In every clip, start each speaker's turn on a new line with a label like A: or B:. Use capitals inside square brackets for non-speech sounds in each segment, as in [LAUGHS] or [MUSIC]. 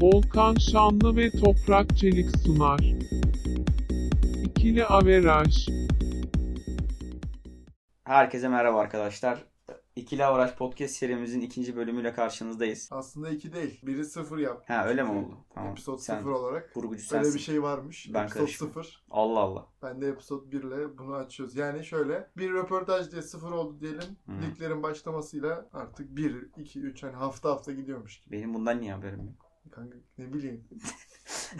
A: Volkan Şamlı ve Toprak Çelik sunar. İkili Averaj
B: Herkese merhaba arkadaşlar. İkili Avraş Podcast serimizin ikinci bölümüyle karşınızdayız.
C: Aslında iki değil. Biri sıfır yap.
B: Ha öyle mi oldu? Tamam.
C: Episode
B: Sen
C: sıfır olarak.
B: vurgucu
C: Öyle
B: sensin.
C: bir şey varmış.
B: Ben
C: episode
B: karışmam.
C: sıfır.
B: Allah Allah.
C: Ben de episode 1 ile bunu açıyoruz. Yani şöyle bir röportaj diye sıfır oldu diyelim.
B: Hı.
C: Liglerin başlamasıyla artık 1, 2, 3 hani hafta hafta gidiyormuş gibi.
B: Benim bundan niye haberim yok?
C: Kanka ne
B: [LAUGHS]
C: bileyim.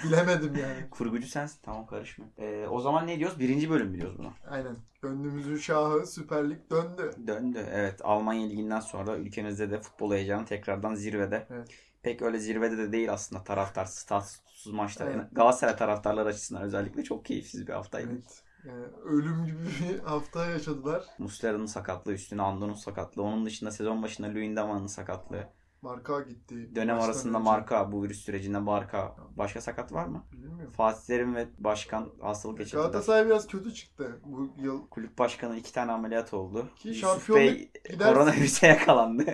C: Bilemedim yani.
B: Kurgucu sensin. Tamam karışma. Ee, o zaman ne diyoruz? Birinci bölüm biliyoruz buna.
C: Aynen. Gönlümüzün şahı Süper Lig döndü.
B: Döndü. Evet. Almanya Ligi'nden sonra ülkemizde de futbol heyecanı tekrardan zirvede.
C: Evet.
B: Pek öyle zirvede de değil aslında taraftar. Statsız maçlar.
C: Evet.
B: Yani Galatasaray taraftarlar açısından özellikle çok keyifsiz bir haftaydı.
C: Evet. Yani ölüm gibi bir hafta yaşadılar.
B: Muslera'nın sakatlığı üstüne Andon'un sakatlığı. Onun dışında sezon başında Luyendama'nın sakatlığı.
C: Marka gitti.
B: Dönem
C: Maçtan
B: arasında
C: önce.
B: marka, bu virüs sürecinde marka. Başka sakat var mı?
C: Bilmiyorum.
B: Fatih Terim ve başkan hastalık geçirdi.
C: Galatasaray biraz kötü çıktı bu yıl.
B: Kulüp başkanı iki tane ameliyat oldu.
C: Ki
B: Yusuf
C: şampiyonluk
B: Bey koronavirüse yakalandı.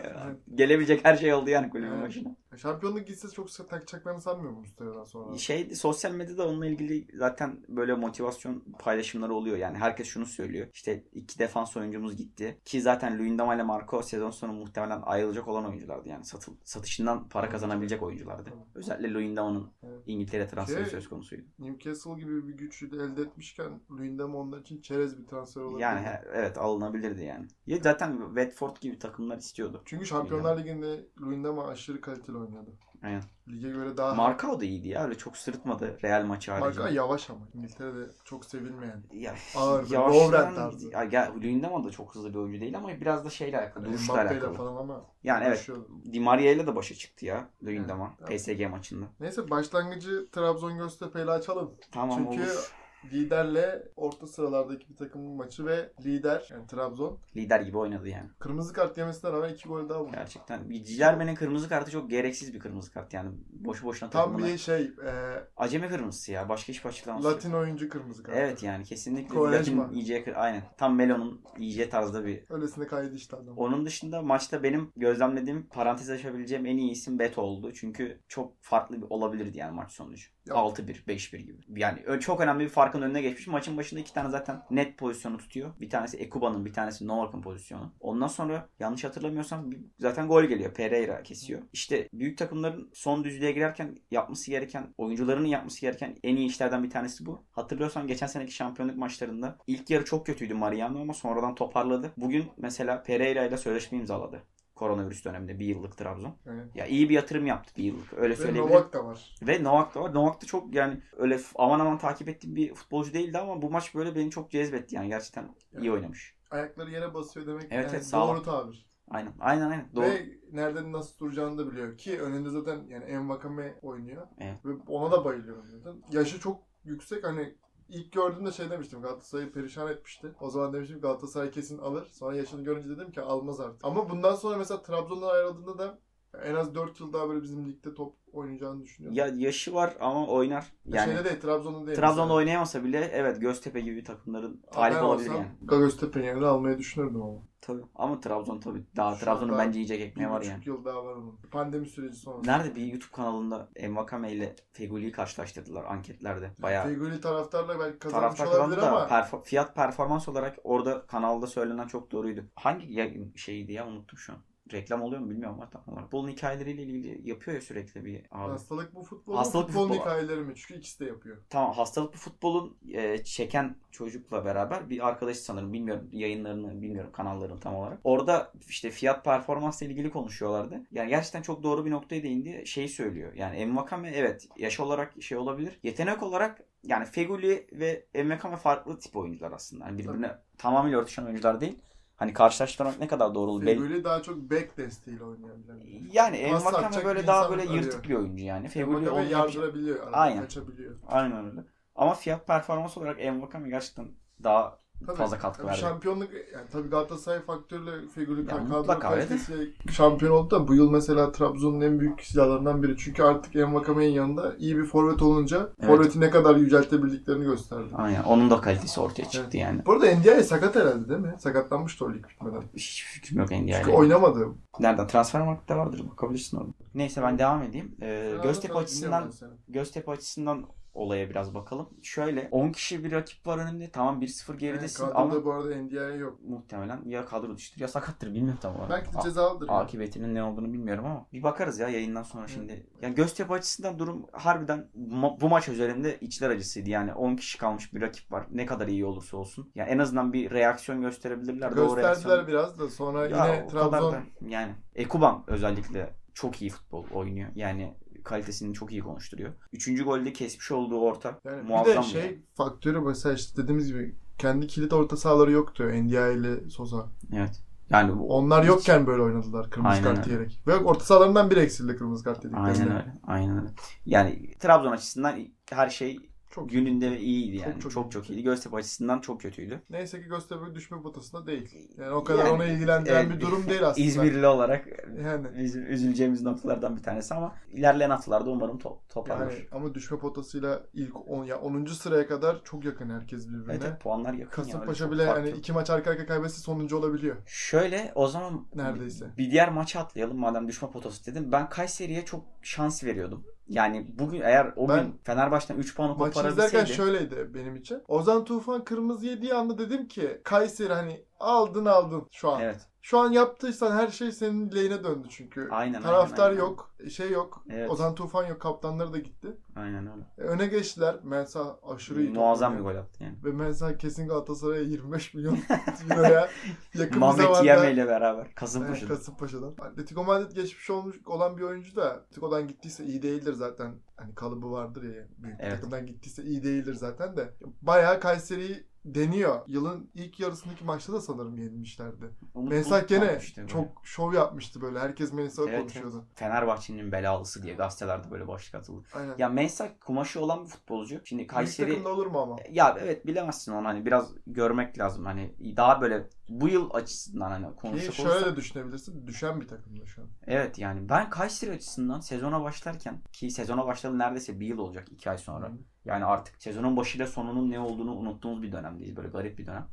B: [LAUGHS] Gelebilecek her şey oldu yani kulübün
C: Evet.
B: başına.
C: Şampiyonluk gitse çok sıkı takacaklarını sanmıyorum Mustafa'dan sonra.
B: Şey sosyal medyada onunla ilgili zaten böyle motivasyon paylaşımları oluyor. Yani herkes şunu söylüyor. İşte iki defans oyuncumuz gitti. Ki zaten Luyendama ile Marco sezon sonu muhtemelen ayrılacak olan oyunculardı. Yani satıl, satışından para kazanabilecek oyunculardı.
C: Evet.
B: Özellikle Luyendama'nın
C: Evet.
B: İngiltere transferi
C: Şey-
B: söz konusuydu.
C: Newcastle gibi bir güçü de elde etmişken Luyendam onlar için çerez bir transfer olabilir.
B: Yani he- evet alınabilirdi yani. Ya zaten Watford gibi takımlar istiyordu.
C: Çünkü Şampiyonlar Ligi'nde Luyendam aşırı kaliteli oynadı.
B: Aynen.
C: Lige göre daha...
B: Markao da iyiydi ya. Öyle çok sırıtmadı Real maçı harici.
C: Ah. Marka yavaş ama. İngiltere'de çok sevilmeyen.
B: ya,
C: Ağır bir Lovren
B: yavaşlayan
C: tarzı.
B: ya, ya Luyendama da çok hızlı bir oyuncu değil ama biraz da şeyle alakalı, duruşla
C: Mbappe'yle
B: alakalı.
C: Hani falan ama.
B: Yani evet
C: uğraşıyordu.
B: Di Maria ile de başa çıktı ya Luyendama
C: Evet, evet.
B: PSG maçında.
C: Neyse başlangıcı Trabzon Göztepe'yle açalım.
B: Tamam
C: Çünkü
B: olur.
C: Liderle orta sıralardaki bir takımın maçı ve lider yani Trabzon
B: Lider gibi oynadı yani.
C: kırmızı kart yemesine rağmen iki gol daha vurdu.
B: Gerçekten. Cilerme'nin kırmızı kartı çok gereksiz bir kırmızı kart yani. Boşu boşuna
C: Tam
B: takımına.
C: bir şey e,
B: Acemi kırmızısı ya. Başka hiçbir açıklaması yok.
C: Latin oyuncu kırmızı kart.
B: Evet yani kesinlikle
C: Kovalejma.
B: Latin yiyeceği aynen. Tam Melo'nun yiyeceği tarzda bir.
C: Öylesine kaydı işte adam.
B: Onun dışında maçta benim gözlemlediğim parantez açabileceğim en iyi isim Beto oldu. Çünkü çok farklı bir olabilirdi yani maç sonucu.
C: Ya.
B: 6-1, 5-1 gibi. Yani ö- çok önemli bir farkın önüne geçmiş. Maçın başında iki tane zaten net pozisyonu tutuyor. Bir tanesi Ekuba'nın, bir tanesi Novak'ın pozisyonu. Ondan sonra yanlış hatırlamıyorsam bir- zaten gol geliyor. Pereira kesiyor. İşte büyük takımların son düzlüğe girerken yapması gereken, oyuncularının yapması gereken en iyi işlerden bir tanesi bu. Hatırlıyorsan geçen seneki şampiyonluk maçlarında ilk yarı çok kötüydü Mariano ama sonradan toparladı. Bugün mesela Pereira ile sözleşme imzaladı. Koronavirüs döneminde bir yıllık Trabzon.
C: Yani.
B: Ya iyi bir yatırım yaptı bir yıllık. Öyle
C: Ve
B: söyleyebilirim.
C: Novak da var.
B: Ve Novak da var. Novak da çok yani öyle f- aman aman takip ettiğim bir futbolcu değildi ama bu maç böyle beni çok cezbetti yani gerçekten iyi
C: Evet.
B: oynamış.
C: Ayakları yere basıyor demek
B: Evet,
C: yani
B: evet, sağ ol.
C: doğru tabir.
B: Aynen aynen aynen doğru.
C: Ve nereden nasıl duracağını da biliyor ki önünde zaten yani Envakame oynuyor.
B: Evet.
C: Ve ona da bayılıyorum zaten. Yaşı çok yüksek hani ilk gördüğümde şey demiştim Galatasaray'ı perişan etmişti. O zaman demiştim Galatasaray kesin alır. Sonra yaşını görünce dedim ki almaz artık. Ama bundan sonra mesela Trabzon'dan ayrıldığında da en az 4 yıl daha böyle bizim ligde top oynayacağını düşünüyorum.
B: Ya yaşı var ama oynar. Yani
C: Şeyde değil Trabzon'da değil.
B: Trabzon'da
C: mesela.
B: oynayamasa bile evet Göztepe gibi takımların talip
C: Ben
B: olabilir
C: olsam
B: yani.
C: Göztepe'nin yerine almayı düşünürdüm ama.
B: Tabii. Ama Trabzon tabii daha
C: Şu
B: Trabzon'un
C: anda
B: bence yiyecek
C: Bir
B: ekmeği var
C: buçuk
B: yani.
C: yıl daha var onun. Pandemi süreci sonrası.
B: Nerede bir YouTube kanalında Envakame ile Feguli'yi karşılaştırdılar anketlerde. Bayağı
C: Feguli taraftarla belki kazanmış
B: taraftar kazandı
C: olabilir
B: da
C: ama
B: perfor- fiyat performans olarak orada kanalda söylenen çok doğruydu. Hangi yayın şeydi ya unuttum şu an. Reklam oluyor mu bilmiyorum ama tam olarak. Bunun hikayeleriyle ilgili yapıyor ya sürekli bir abi.
C: hastalık bu futbol.
B: Hastalık
C: Hastalık
B: bu
C: futbolun
B: futbol.
C: hikayeleri mi? Çünkü ikisi de yapıyor.
B: Tamam hastalıklı futbolun e, çeken çocukla beraber bir arkadaşı sanırım bilmiyorum yayınlarını bilmiyorum kanallarını tam olarak. Orada işte fiyat performansla ilgili konuşuyorlardı. Yani gerçekten çok doğru bir noktaya değindi. Şey söylüyor yani Envakame evet yaş olarak şey olabilir. Yetenek olarak yani Feguli ve Envakame farklı tip oyuncular aslında. Yani birbirine tamamıyla örtüşen oyuncular değil. Hani karşılaştırmak ne kadar doğru olur. belli-
C: Feguli daha çok back desteğiyle oynayabilen.
B: Yani
C: Pas
B: Envakame
C: atacak
B: böyle
C: bir
B: daha
C: insan
B: böyle
C: arıyor.
B: yırtık bir oyuncu yani. Feguli
C: Feguli
B: onun
C: yardırabiliyor. Arada
B: Aynen.
C: Kaçabiliyor.
B: Aynen öyle. Ama fiyat performans olarak Envakame gerçekten daha
C: Tabii.
B: fazla katkı
C: Yani
B: verdi.
C: şampiyonluk yani tabii Galatasaray faktörüyle figürü
B: Ya
C: kadro
B: mutlaka öyle de.
C: kalitesiyle şampiyon oldu da bu yıl mesela Trabzon'un en büyük silahlarından biri. Çünkü artık Envakame'nin yanında iyi bir forvet olunca
B: Evet.
C: forveti ne kadar yüceltebildiklerini gösterdi.
B: Aynen. Onun da kalitesi ortaya çıktı yani.
C: Bu arada Ndiaye sakat herhalde değil mi? Sakatlanmıştı o lig bitmeden.
B: Hiç fikrim yok
C: Çünkü
B: NDI'yle.
C: oynamadı.
B: Nereden? Transfermarkt'ta vardır. Bakabilirsin orada. Neyse ben devam edeyim. Ee, Göztepe açısından Göztepe açısından olaya biraz bakalım. Şöyle 10 kişi bir rakip var önünde. Tamam 1-0 geridesin
C: Kadroda
B: ama
C: bu arada Ndiaye yok.
B: muhtemelen ya kadro düştür ya sakattır bilmiyorum tam olarak. Ah,
C: Belki de
B: A-
C: cezalıdır. yani.
B: akıbetinin ne olduğunu bilmiyorum ama bir bakarız ya yayından sonra şimdi. Ya Göztepe açısından durum harbiden ma- bu maç üzerinde içler acısıydı. Yani 10 kişi kalmış bir rakip var. Ne kadar iyi olursa olsun. Ya en azından bir reaksiyon gösterebilirler. de o reaksiyonu-
C: Gösterdiler biraz da sonra
B: ya
C: yine
B: o kadar
C: Trabzon
B: da yani Ekuban özellikle çok iyi futbol oynuyor. Yani kalitesini çok iyi konuşturuyor. Üçüncü golde kesmiş olduğu orta
C: Yani
B: muazzam.
C: bir de şey faktörü mesela işte dediğimiz gibi kendi kilit orta sahaları yoktu Ndiaye ile Sosa.
B: Evet. Yani bu-
C: Onlar yokken böyle oynadılar kırmızı
B: Aynen
C: kart
B: öyle.
C: diyerek. Ve orta sahalarından biri eksildi kırmızı kart dediklerinde.
B: aynen öyle. Aynen öyle. Yani Trabzon açısından her şey
C: Çok
B: gününde ve iyiydi
C: Çok
B: yani. Çok
C: çok
B: çok,
C: iyi.
B: iyiydi. Göztepe açısından çok kötüydü.
C: Neyse ki Göztepe düşme potasında değil. Yani o kadar
B: Yani,
C: onu ilgilendiren
B: evet,
C: bir durum değil aslında.
B: İzmirli olarak
C: Yani,
B: üzü- üzüleceğimiz noktalardan bir tanesi ama ilerleyen haftalarda umarım to- toparlanır.
C: yani ama düşme potasıyla ilk 10 ya 10. sıraya kadar çok yakın herkes birbirine.
B: evet, evet, puanlar yakın. ya.
C: Kasımpaşa
B: Öyle çok
C: bile
B: fark
C: hani
B: yok.
C: iki maç arka arka kaybetse sonuncu olabiliyor.
B: Şöyle o zaman
C: Neredeyse.
B: bir diğer maça atlayalım madem düşme potası dedim. Ben Kayseri'ye çok şans veriyordum. Yani bugün eğer o
C: Ben-
B: gün Fenerbahçe'den 3 puanı
C: Maçı izlerken
B: koparabilseydi.
C: şöyleydi benim için. Ozan Tufan kırmızı yediği anda dedim ki Kayseri hani aldın aldın şu an.
B: Evet.
C: Şu an yaptıysan her şey senin lehine döndü çünkü.
B: Aynen.
C: Taraftar
B: aynen,
C: yok, şey yok.
B: Evet.
C: Ozan Tufan yok, kaptanları da gitti.
B: Aynen öyle.
C: E, Öne geçtiler. Mensa aşırı iyi. top
B: Muazzam bir
C: oynuyor.
B: gol attı yani.
C: Ve Mensa kesin Galatasaray'a 25 milyon [LAUGHS]
B: [LAUGHS]
C: euroya yakın bir
B: Mehmet Yeme
C: zamanda.
B: ile beraber
C: Evet,
B: Kasımpaşa'da.
C: Kasımpaşa'dan. Atletico Madrid geçmiş olmuş olan bir oyuncu da Atletico'dan gittiyse iyi değildir zaten. Hani kalıbı vardır ya büyük bir
B: Evet.
C: takımdan gittiyse iyi değildir zaten de. Bayağı Kayseri'yi deniyor. Yılın ilk yarısındaki maçta da sanırım yenilmişlerdi.
B: Umut
C: Mensa
B: Bulut
C: gene
B: atmıştı böyle.
C: çok şov yapmıştı böyle. Herkes Mensah'ı
B: Evet,
C: konuşuyordu.
B: Fenerbahçe'nin belalısı diye gazetelerde böyle başlık atıldı.
C: Aynen.
B: Ya Mensa kumaşı olan bir futbolcu. Şimdi Kayseri E,
C: Büyük takımda olur mu ama?
B: Ya evet bilemezsin onu hani biraz görmek lazım hani daha böyle bu yıl açısından hani
C: Ki
B: konuşacak
C: şöyle
B: olursak.
C: de düşünebilirsin. Düşen bir takımda şu an.
B: Evet yani ben Kayseri açısından sezona başlarken ki sezona başladı neredeyse bir yıl olacak iki ay sonra. Yani artık sezonun başıyla sonunun ne olduğunu unuttuğumuz bir dönemdeyiz böyle garip bir dönem.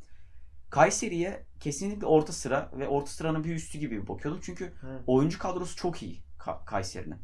B: Kayseri'ye kesinlikle orta sıra ve orta sıranın bir üstü gibi bakıyordum çünkü
C: Hı.
B: oyuncu kadrosu çok iyi Ka- Kayseri'nin.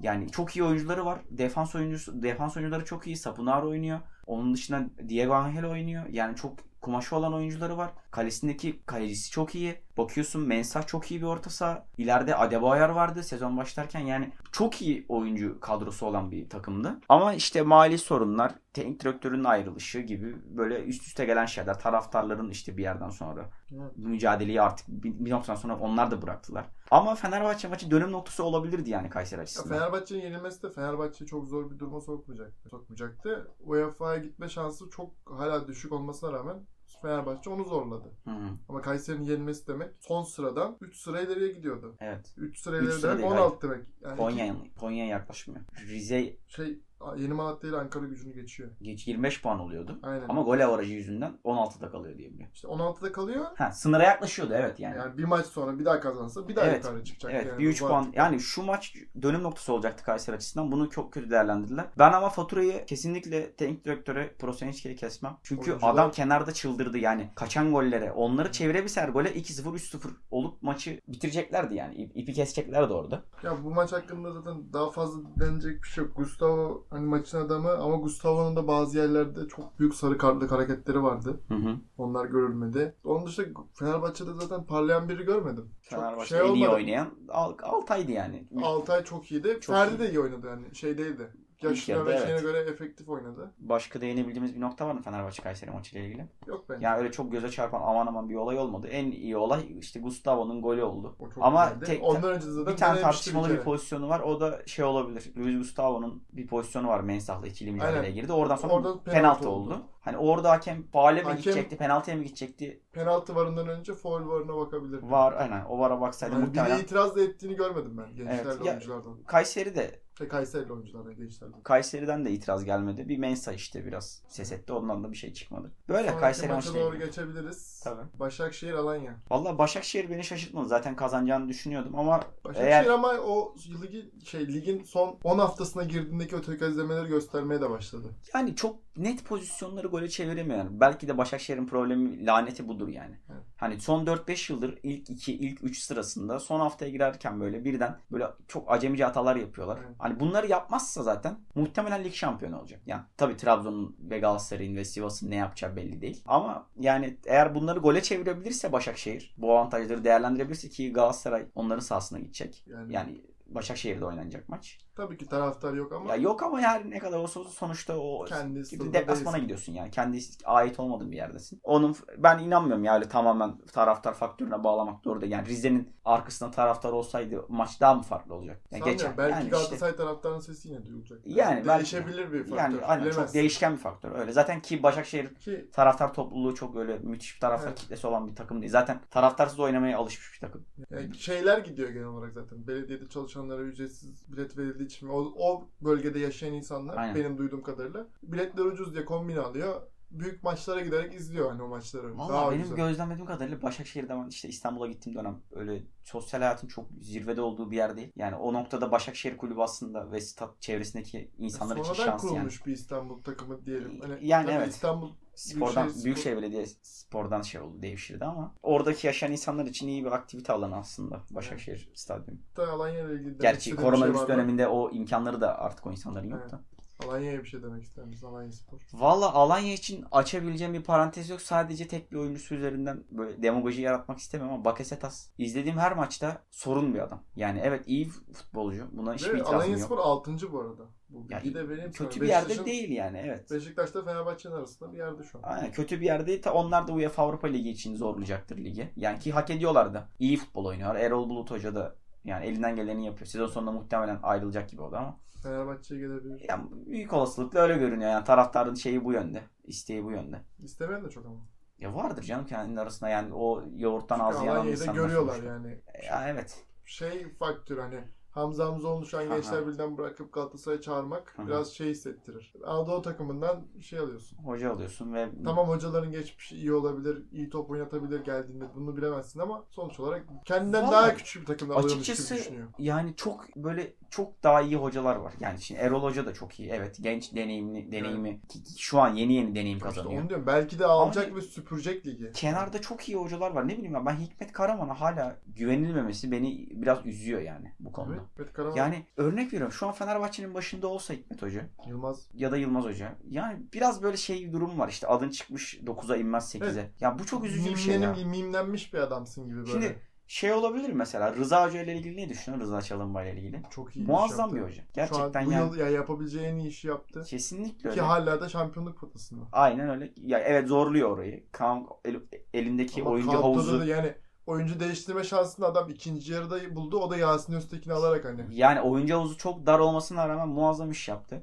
B: Yani çok iyi oyuncuları var. Defans oyuncusu defans oyuncuları çok iyi. Sapunar oynuyor. Onun dışında Diego Angel oynuyor. Yani çok kumaşı olan oyuncuları var. Kalesindeki kalecisi çok iyi. Bakıyorsun Mensah çok iyi bir orta saha. İleride Adebayor vardı sezon başlarken. Yani çok iyi oyuncu kadrosu olan bir takımdı. Ama işte mali sorunlar, teknik direktörün ayrılışı gibi böyle üst üste gelen şeyler. Taraftarların işte bir yerden sonra
C: Evet.
B: bu mücadeleyi artık bir, bir noktadan sonra onlar da bıraktılar. Ama Fenerbahçe maçı dönüm noktası olabilirdi yani Kayseri
C: Ya
B: açısından.
C: Fenerbahçe'nin yenilmesi de Fenerbahçe'yi çok zor bir duruma sokmayacaktı. Sokmayacaktı. UEFA'ya gitme şansı çok hala düşük olmasına rağmen Fenerbahçe onu zorladı.
B: Hı,
C: Ama Kayseri'nin yenilmesi demek son sıradan 3 sıra ileriye gidiyordu.
B: evet.
C: 3 sıra
B: Üç
C: ileri
B: sıra
C: demek
B: değil,
C: 16 demek. Yani
B: Konya, Konya yaklaşmıyor. Rize
C: iki- şey Yeni Malatya ile Ankara gücünü geçiyor.
B: geç 25 puan oluyordu.
C: Aynen.
B: Ama gol avarajı yüzünden 16'da kalıyor diyebiliyorum.
C: İşte 16'da kalıyor.
B: Ha sınıra yaklaşıyordu evet yani.
C: Yani bir maç sonra bir daha kazansa bir daha
B: Evet.
C: yukarı çıkacak.
B: Evet
C: yani.
B: bir 3
C: Bu
B: puan
C: artık-
B: yani şu maç dönüm noktası olacaktı Kayseri açısından. Bunu çok kötü değerlendirdiler. Ben ama faturayı kesinlikle teknik direktöre Prosenicki'ye kesmem. Çünkü
C: Oyuncular-
B: adam kenarda çıldırdı yani. Kaçan gollere onları çevirebilseler gole 2-0 3-0 olup maçı bitireceklerdi yani. İp- İpi keseceklerdi orada.
C: Ya bu maç hakkında zaten daha fazla denecek bir şey yok. Gustavo hani maçın adamı ama Gustavo'nun da bazı yerlerde çok büyük sarı kartlık hareketleri vardı.
B: Hı hı.
C: Onlar görülmedi. Onun dışında Fenerbahçe'de zaten parlayan biri görmedim.
B: Fenerbahçe
C: şey
B: en iyi
C: olmadı.
B: oynayan Al- Altay'dı yani.
C: Altay çok iyiydi.
B: Çok
C: Ferdi
B: iyi.
C: de iyi oynadı yani şey değildi.
B: İlk
C: Yaşına
B: yarıda
C: ve şeyine
B: evet.
C: göre efektif oynadı.
B: Başka değinebildiğimiz bir nokta var mı Fenerbahçe Kayseri maçıyla ilgili?
C: Yok bence.
B: Yani öyle çok göze çarpan aman aman bir olay olmadı. En iyi olay işte Gustavo'nun golü oldu.
C: O çok
B: Ama
C: güzeldi.
B: tek-
C: Ondan önce de zaten
B: bir tane
C: denemişti bir
B: tartışmalı bir,
C: kere.
B: pozisyonu var. O da şey olabilir. Luis Gustavo'nun bir pozisyonu var Mensah'la ikili mücadeleye
C: Aynen.
B: girdi. Oradan sonra
C: Oradan
B: penaltı,
C: penaltı
B: oldu.
C: oldu.
B: Hani orada hakem faale mi
C: Hakem-
B: gidecekti, penaltıya mı gidecekti
C: penaltı varından önce foul varına bakabilir.
B: Var aynen. O vara baksaydı
C: Yani
B: muhtemelen.
C: biri itiraz da ettiğini görmedim ben gençlerle
B: Evet. Ya-
C: oyunculardan.
B: Kayseri de
C: Şey, Kayseri'li oyunculardan gençlerden.
B: Kayseri'den de itiraz gelmedi. Bir Mensa işte biraz ses etti. Ondan da bir şey çıkmadı. Böyle
C: Sonraki
B: Kayseri
C: maça
B: maçı
C: doğru
B: değil.
C: geçebiliriz.
B: Tabii.
C: Başakşehir Alanya.
B: Valla Başakşehir beni şaşırtmadı. Zaten kazanacağını düşünüyordum ama
C: Başakşehir
B: Eğer-
C: ama o ligi şey ligin son 10 haftasına girdiğindeki o tökezlemeleri göstermeye de başladı.
B: yani çok net pozisyonları gole çeviremiyor. Yani Belki de Başakşehir'in problemi laneti budur yani.
C: Evet.
B: Hani son 4-5 yıldır ilk 2, ilk 3 sırasında son haftaya girerken böyle birden böyle çok acemice hatalar yapıyorlar.
C: Evet.
B: Hani bunları yapmazsa zaten muhtemelen lig şampiyonu olacak. Yani tabii Trabzon'un ve Galatasaray'ın ve Sivas'ın ne yapacağı belli değil. Ama yani eğer bunları gole çevirebilirse Başakşehir bu avantajları değerlendirebilirse ki Galatasaray onların sahasına gidecek.
C: Yani,
B: Yani Başakşehir'de oynanacak maç.
C: tabii ki taraftar yok ama
B: Ya yok ama yani ne kadar olsa olsun sonuçta o
C: kendi
B: gibi
C: stadında
B: deplasmana
C: değilsin.
B: gidiyorsun yani. Kendi ait olmadığın bir yerdesin. Onun ben inanmıyorum yani tamamen taraftar faktörüne bağlamak doğru değil. Yani Rize'nin arkasında taraftar olsaydı maç daha mı farklı olacak? Yani
C: Sanmıyorum. belki
B: yani işte-
C: Galatasaray taraftarının sesi yine duyulacak.
B: Yani belki-
C: değişebilir bir faktör.
B: yani aynen, çok
C: bilemezsin.
B: değişken bir faktör. Öyle zaten ki Başakşehir
C: Ki
B: taraftar topluluğu çok öyle müthiş bir taraftar
C: Evet.
B: kitlesi olan bir takım değil. Zaten taraftarsız oynamaya alışmış bir takım.
C: yani şeyler gidiyor genel olarak zaten. Belediyede çalışanlara ücretsiz bilet verildiği için o, o bölgede yaşayan insanlar
B: Aynen.
C: benim duyduğum kadarıyla biletler ucuz diye kombin alıyor. Büyük maçlara giderek izliyor hani o maçları. Daha
B: Valla benim
C: güzel.
B: gözlemlediğim kadarıyla Başakşehir'de ben işte İstanbul'a gittiğim dönem öyle sosyal hayatın çok zirvede olduğu bir yer değil. Yani o noktada Başakşehir kulübü aslında ve stat çevresindeki insanlar için
C: Sonradan
B: şans yani.
C: kurulmuş bir İstanbul takımı diyelim. Hani
B: Yani
C: tabii
B: evet.
C: İstanbul
B: Spordan,
C: Büyükşehir Spor-
B: Büyükşehir Belediye Spor'dan şey oldu, devşirdi ama oradaki yaşayan insanlar için iyi bir aktivite alanı aslında Başakşehir Stadyumu.
C: da Alanya ile ilgili demek
B: Gerçi
C: istediğim
B: koronavirüs
C: şey var mı?
B: döneminde o imkanları da artık o insanların
C: Evet.
B: yok da.
C: Alanya'ya bir şey demek ister misin? Alanya Spor.
B: Valla Alanya için açabileceğim bir parantez yok. Sadece tek bir oyuncusu üzerinden böyle demagoji yaratmak istemiyorum ama Bakasetas izlediğim her maçta sorun bir adam. Yani evet iyi futbolcu. Buna hiçbir
C: Ve Alanya
B: itirazım
C: Spor
B: yok.
C: 6. bu arada. Bu
B: Ya,
C: bilgi de benim
B: Kötü
C: sana.
B: bir yerde
C: Beşiktaş'ın-
B: değil yani evet.
C: Beşiktaş'ta Fenerbahçe'nin arasında bir yerde şu an.
B: Aynen kötü bir yerde. Ta onlar da UEFA Avrupa Ligi için zorlayacaktır ligi. Yani ki hak ediyorlar da. İyi futbol oynuyor. Erol Bulut Hoca da yani elinden geleni yapıyor. Sezon sonunda muhtemelen ayrılacak gibi oldu ama.
C: Fenerbahçe'ye gelebilir.
B: Yani büyük olasılıkla öyle görünüyor. Yani taraftarın şeyi bu yönde. isteği bu yönde.
C: İstemeyen de çok ama.
B: Ya vardır canım kendinin arasında yani o yoğurttan
C: Çünkü
B: ağzı yanan
C: Alanya'yı da
B: insanlar.
C: görüyorlar
B: sonuçta. E,
C: yani.
B: Ya evet.
C: Şey faktör hani Hamza Hamzoğlu'nu şu an
B: Aha.
C: Gençler Birliği'nden bırakıp Galatasaray'a çağırmak
B: Aha.
C: biraz şey hissettirir. Anadolu takımından şey alıyorsun.
B: Hoca alıyorsun ve
C: Tamam hocaların geçmişi iyi olabilir, iyi top oynatabilir geldiğinde bunu bilemezsin ama sonuç olarak kendinden
B: Vallahi
C: daha küçük bir takımda alıyormuş
B: açıkçası-
C: gibi düşünüyor.
B: yani çok böyle çok daha iyi hocalar var. Yani şimdi Erol Hoca da çok iyi. Evet genç deneyimli deneyimi ki- ki şu an yeni yeni deneyim
C: İşte
B: kazanıyor.
C: onu diyorum. Belki de alacak
B: Ama-
C: ve süpürecek ligi.
B: Kenarda çok iyi hocalar var. Ne bileyim ya ben Hikmet Karaman'a hala güvenilmemesi beni biraz üzüyor yani bu konuda.
C: Evet. Hikmet Karaman,
B: Yani örnek veriyorum şu an Fenerbahçe'nin başında olsa Hikmet Hoca
C: Yılmaz.
B: ya da Yılmaz Hoca. Yani biraz böyle şey bir durum var işte adın çıkmış 9'a inmez 8'e. Ya bu çok üzücü bir şey ya.
C: Mimlenim- mimlenmiş bir adamsın gibi böyle.
B: Şimdi şey olabilir mesela Rıza Hoca ile ilgili ne düşünüyorsun Rıza Çalınbay ile ilgili?
C: Çok iyi iş
B: Muazzam bir
C: yaptı.
B: hoca. Gerçekten
C: Şu an bu
B: yani
C: yıl ya yapabileceği en iyi işi yaptı.
B: kesinlikle
C: Ki
B: öyle.
C: hala da şampiyonluk potasında.
B: Aynen öyle. Ya evet zorluyor orayı. Kaan el- elindeki
C: Ama
B: oyuncu
C: kadroda
B: havuzu.
C: da yani oyuncu değiştirme şansını adam ikinci yarıda buldu. O da Yasin Öztekin'i alarak hani.
B: Yani oyuncu havuzu çok dar olmasına rağmen muazzam iş yaptı.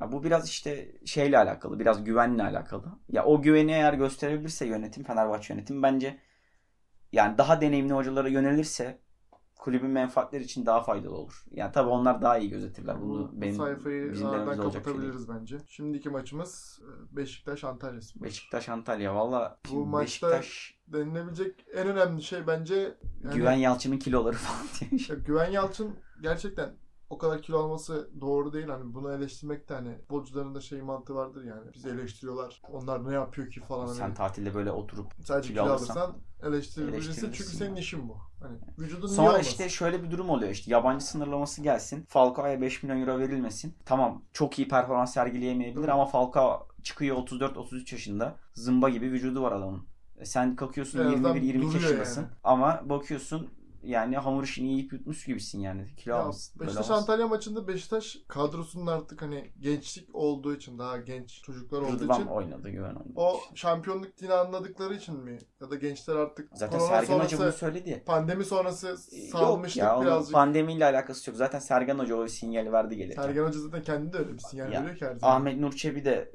B: Ya bu biraz işte şeyle alakalı, biraz güvenle alakalı. Ya o güveni eğer gösterebilirse yönetim, Fenerbahçe yönetimi bence yani daha deneyimli hocalara yönelirse kulübün menfaatleri için daha faydalı olur. Yani tabii onlar daha iyi gözetirler bunu.
C: Bu
B: benim
C: sayfayı
B: bizim
C: zaten
B: dememiz olacak şey değil.
C: kapatabiliriz bence. Şimdiki maçımız e, Beşiktaş Antalya Spor.
B: Beşiktaş Antalya valla
C: Bu maçta
B: Beşiktaş
C: Denilebilecek en önemli şey bence yani
B: Güven Yalçın'ın kiloları falan [LAUGHS] demiş.
C: Ya Güven Yalçın gerçekten o kadar kilo alması doğru değil. Hani bunu eleştirmek de hani futbolcuların da şey mantığı vardır yani. Bizi eleştiriyorlar. Onlar ne yapıyor ki falan. Hani
B: Sen tatilde böyle oturup
C: sadece
B: kilo
C: kilo
B: alırsan
C: alırsan eleştirebilirsin.
B: eleştirilirsin
C: Çünkü senin
B: yani.
C: işin bu. Hani vücudun niye
B: Sonra
C: olmasın?
B: işte şöyle bir durum oluyor işte yabancı sınırlaması gelsin. Falcao'ya 5 milyon euro verilmesin. Tamam çok iyi performans sergileyemeyebilir ama Falcao çıkıyor 34-33 yaşında. Zımba gibi vücudu var adamın. E Sen kalkıyorsun
C: En azından
B: 21-22
C: duruyor
B: yaşındasın
C: yani.
B: ama bakıyorsun yani hamur işini yiyip yutmuş gibisin yani. Kilo
C: Ya,
B: almışsın. Böyle
C: Beşiktaş
B: olmaz.
C: Antalya maçında Beşiktaş kadrosunun artık hani gençlik olduğu için daha genç çocuklar olduğu
B: Rıdvan
C: için
B: oynadı güven oynadı.
C: o şampiyonluk dini anladıkları için mi? Ya da gençler artık
B: Zaten
C: korona
B: Sergen Hoca bunu
C: sonrası,
B: söyledi. ya. E,
C: pandemi sonrası
B: Yok
C: salmıştık
B: ya onun
C: birazcık.
B: pandemiyle alakası yok. Zaten Sergen Hoca o sinyali verdi gelirken.
C: Sergen Hoca zaten kendi de öyle bir sinyal
B: Ya,
C: veriyor ki her zaman.
B: Ahmet Nur Çebi de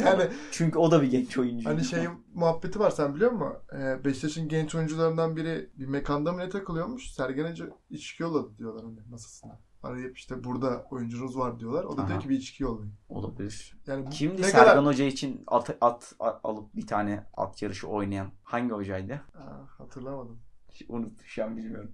C: Yani
B: çünkü o da bir genç oyuncu.
C: hani şey muhabbeti var sen biliyor musun? Ee, Beşiktaş'ın genç oyuncularından biri bir mekanda mı ne takılıyormuş? Sergen Hoca içki yolladı diyorlar hani masasına. Arayıp işte burada oyuncunuz var diyorlar. O da
B: Aha.
C: diyor ki bir içki yollayın.
B: olabilir.
C: Yani bu
B: Kimdi
C: ne
B: Sergen
C: kadar...
B: Hoca için at, at, a- alıp bir tane at yarışı oynayan hangi hocaydı?
C: Aa, hatırlamadım.
B: Hiç Unuttum şu an bilmiyorum.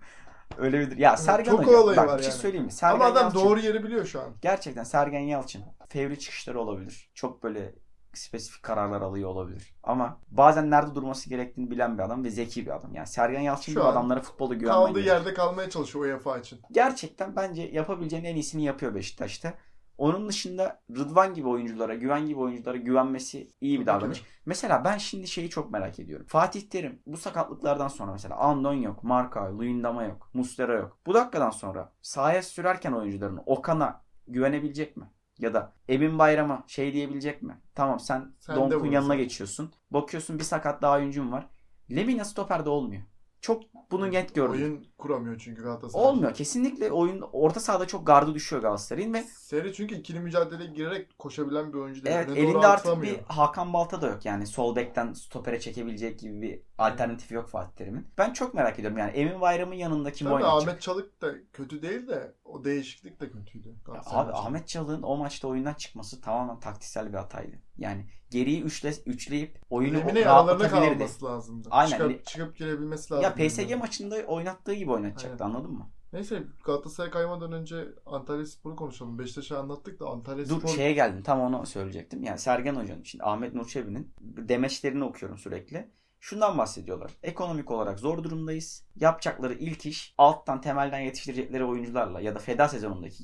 B: Öyle midir? Ya Sergen
C: çok
B: Hoca
C: olayı
B: bak
C: var
B: bir şey
C: yani.
B: söyleyeyim mi? Sergen
C: Ama adam
B: Yalçın-
C: doğru yeri biliyor şu an.
B: Gerçekten Sergen Yalçın fevri çıkışları olabilir. Çok böyle spesifik kararlar alıyor olabilir. Ama bazen nerede durması gerektiğini bilen bir adam ve zeki bir adam. Yani Sergen Yalçın
C: Şu
B: gibi
C: an
B: adamlara futbolda güvenmen
C: Kaldığı
B: gerekiyor.
C: yerde kalmaya çalışıyor UEFA için.
B: gerçekten bence yapabileceğin en iyisini yapıyor Beşiktaş'ta. Onun dışında Rıdvan gibi oyunculara, Güven gibi oyunculara güvenmesi iyi bir
C: Tabii ki.
B: davranış. Mesela ben şimdi şeyi çok merak ediyorum. Fatih Terim bu sakatlıklardan sonra mesela Andon yok, Marka, Luyendama yok, Muslera yok. Bu dakikadan sonra sahaya sürerken oyuncularını Okan'a güvenebilecek mi? Ya da Emin Bayram'a şey diyebilecek mi? Tamam sen,
C: Sen de
B: Donk'un
C: vurursun.
B: yanına geçiyorsun. Bakıyorsun bir sakat daha oyuncun var. Lemina stoperde olmuyor. Çok bunu net gördüm.
C: Oyun kuramıyor çünkü Galatasaray.
B: Olmuyor. Kesinlikle oyun orta sahada çok gardı düşüyor Galatasaray'ın ve
C: Seri çünkü ikili mücadeleye girerek koşabilen bir oyuncu değil.
B: evet
C: Öne doğru
B: elinde artık
C: atılamıyor.
B: bir Hakan Balta da yok. Yani sol bekten stopere çekebilecek gibi bir alternatif yok Fatih Terim'in. Ben çok merak ediyorum. Yani Emin Bayram'ın yanında kim
C: Tabii
B: oynayacak?
C: Ahmet Çalık da kötü değil de o değişiklik de kötüydü.
B: Ya
C: Galatasaray
B: Abi
C: maçında.
B: Ahmet Çalık'ın o maçta oyundan çıkması tamamen taktiksel bir hataydı. Yani geriyi üçle, üçleyip oyunu
C: Lemine aralarına
B: rahatlatabilirdi.
C: kalması lazımdı.
B: Aynen.
C: Çıkıp, çıkıp girebilmesi lazım.
B: Ya PSG maçında oynattığı gibi oynatacaktı anladın mı?
C: Neyse Galatasaray kaymadan önce Antalya Spor'u konuşalım. Beşiktaş'a anlattık da Antalya
B: Dur şey,
C: Spor...
B: şeye geldim tam onu söyleyecektim. Yani Sergen Hoca'nın şimdi Ahmet Nurçevi'nin demeçlerini okuyorum sürekli. Şundan bahsediyorlar. Ekonomik olarak zor durumdayız. Yapacakları ilk iş alttan temelden yetiştirecekleri oyuncularla ya da feda sezonundaki